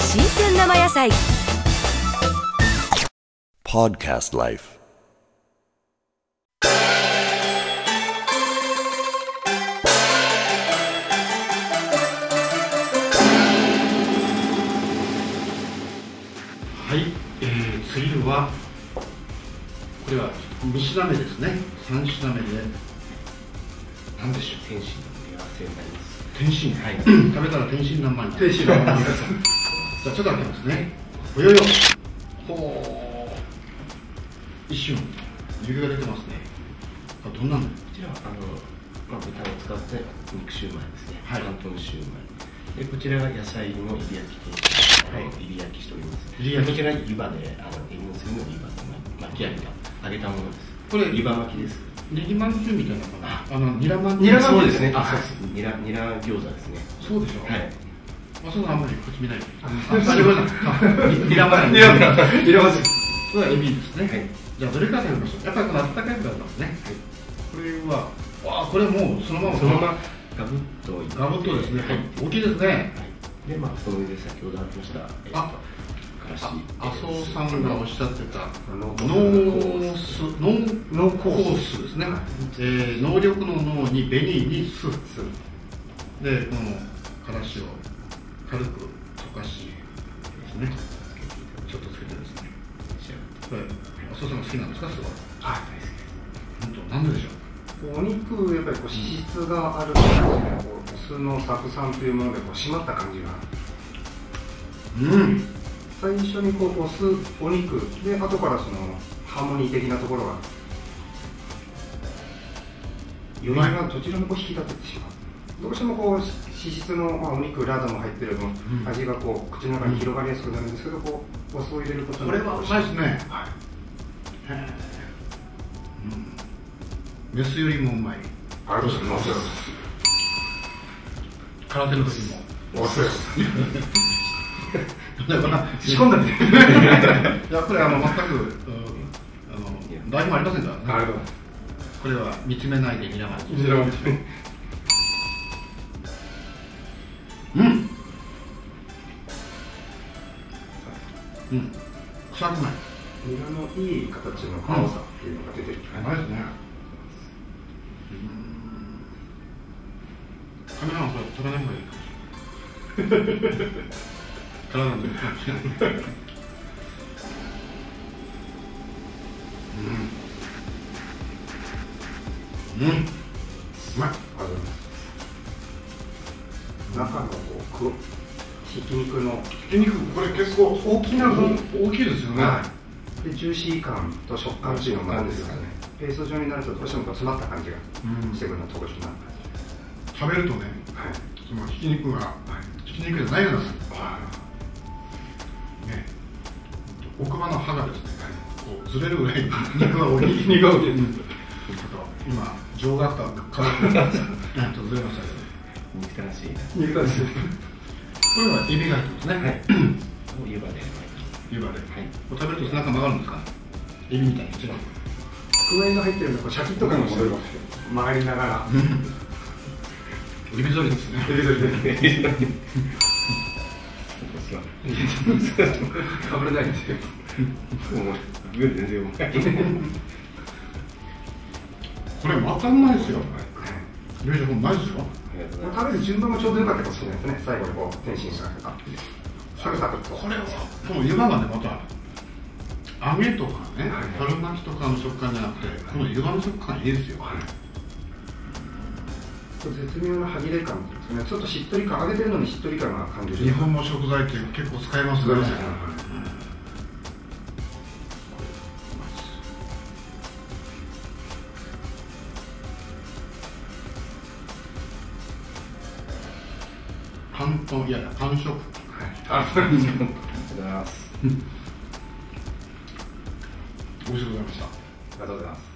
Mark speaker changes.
Speaker 1: 生野菜
Speaker 2: Podcast Life.
Speaker 3: はい、えー、次はこれは3品目ですね3品目で何でしょう
Speaker 4: 天使の組み合わせになります。
Speaker 3: 天津
Speaker 4: はい
Speaker 3: 食べたら天津何枚になる天津何枚じゃあちょっと開けますねおよよほう一瞬湯気が出てますねこれどんなの
Speaker 4: こちらはあの、まあ、豚を使った肉シューマイですね。
Speaker 3: はい
Speaker 4: 広東シューマイ。でこちらが野菜の入り焼きで、はい、入り焼きしております。
Speaker 3: 入り焼き
Speaker 4: こちら湯葉で、あの、塩分水の湯葉で巻き上げた、揚げたものです。
Speaker 3: これ
Speaker 4: 湯葉巻きです。
Speaker 3: ネギまんじゅうみたいなのかなあのニラまんじゅ
Speaker 4: ニ
Speaker 3: う
Speaker 4: ラそうですね。
Speaker 3: あ
Speaker 4: あ、そうです。ニラ、ニラ餃子ですね。
Speaker 3: そうでしょ
Speaker 4: はい。
Speaker 3: あそうなのあんまりこっち見ないでああれごめんなさいあニラまんじゅう
Speaker 4: ニラ餃子。
Speaker 3: これはエビですね、
Speaker 4: はい
Speaker 3: じゃあどれから食べましょうやっぱりこの温かいのからですね、これはわあこれもうそのまま
Speaker 4: そのままガブッといって
Speaker 3: ガブッとですね、
Speaker 4: はい。
Speaker 3: 大きいですね
Speaker 4: で、まあ、それで先ほど話しました、えっと
Speaker 3: あ
Speaker 4: からし
Speaker 3: あ麻生さんがおっしゃってたノ
Speaker 4: ノ
Speaker 3: ー
Speaker 4: ー
Speaker 3: スノー
Speaker 4: ノー
Speaker 3: コ
Speaker 4: コー
Speaker 3: ー
Speaker 4: ス
Speaker 3: スですね、えー能力の脳に紅にスでこのからしを軽く溶かしですねちょっとつけてですねこれ麻生さんが好きなんですかすごい
Speaker 4: あ
Speaker 3: 本当なんででしょう
Speaker 5: お肉やっぱりこう脂質があるからですね、こうお酢の酢酸というものでこう締まった感じが
Speaker 3: うん
Speaker 5: 最初にこうお酢お肉で後からそのハーモニー的なところが余韻がどちらもこう引き立ててしまうどうしてもこうし脂質の、まあ、お肉ラードも入ってる分、
Speaker 3: ん
Speaker 5: 味がこう口の中に広がりやすくなるんですけどこうお酢を入れること
Speaker 3: これはうまいですね
Speaker 5: はい
Speaker 3: メスよりもうまい
Speaker 5: ありがとうございます
Speaker 3: 空手の時も
Speaker 5: お酢
Speaker 3: だから
Speaker 5: 仕込んだみたいな
Speaker 3: やっぱりあの全く、うんあ
Speaker 4: いや
Speaker 3: の台本ありませんからねこれは見つめないで見ながら
Speaker 5: 見つめないで
Speaker 3: うんうん臭くない
Speaker 5: ニラのいい形の青さっていうのが出てる、
Speaker 3: うまいですねカメラマンこれ撮らない方がいいかもしれない撮らない方がいいかもしれないうんうん
Speaker 5: うまいありがとうございます中のこう黒ひき肉の
Speaker 3: ひき肉これ結構
Speaker 5: 大きな分
Speaker 3: 大きいですよね、
Speaker 5: いでジューシー感と食感っていうのがあるんですよねペースト状になるとどうしてもこう詰まった感じが
Speaker 3: うん
Speaker 5: してくるのところになる
Speaker 3: 食べるとね
Speaker 5: はい
Speaker 3: そのひき肉が、ひき肉じゃないようなね奥歯の歯がですねこうずれるぐらいに肉が大きい肉が大きいちょっと今上顎とか がちょっとずれましたけど
Speaker 4: 肉たらしいな。
Speaker 5: 肉がですね
Speaker 3: これはエビが入ってますね、
Speaker 4: はい。を湯葉で。
Speaker 3: 湯葉で、
Speaker 4: はい
Speaker 3: これ食べると背中曲がるんですかエビみたいに違う
Speaker 5: 黒煙が入ってるのでこうシャキッと感が戻るわ曲がりながら
Speaker 3: エビぞりですね
Speaker 5: エビ反りで
Speaker 4: 私は。
Speaker 5: 食べれないんですよ
Speaker 4: もう、全然うまい。
Speaker 3: これまたうまいですよよいしょうまいですよ
Speaker 4: ありがとうございます。
Speaker 5: 食べる順番もちょうどよかったかもしれないですね最後にこう天津があサクサクっと
Speaker 3: これはこの湯葉がねまた揚げとかね
Speaker 5: はい
Speaker 3: 春巻きとかの食感じゃなくてこの湯葉の食感いいですよ、
Speaker 5: 絶妙な歯切れ感ですねちょっとしっとり感揚げてるのにしっとり感が感じる
Speaker 3: 日本の食材って結構使えますね、関東いやいや完食
Speaker 4: ありがとうございます。
Speaker 3: 美味しゅうございました
Speaker 5: ありがとうございます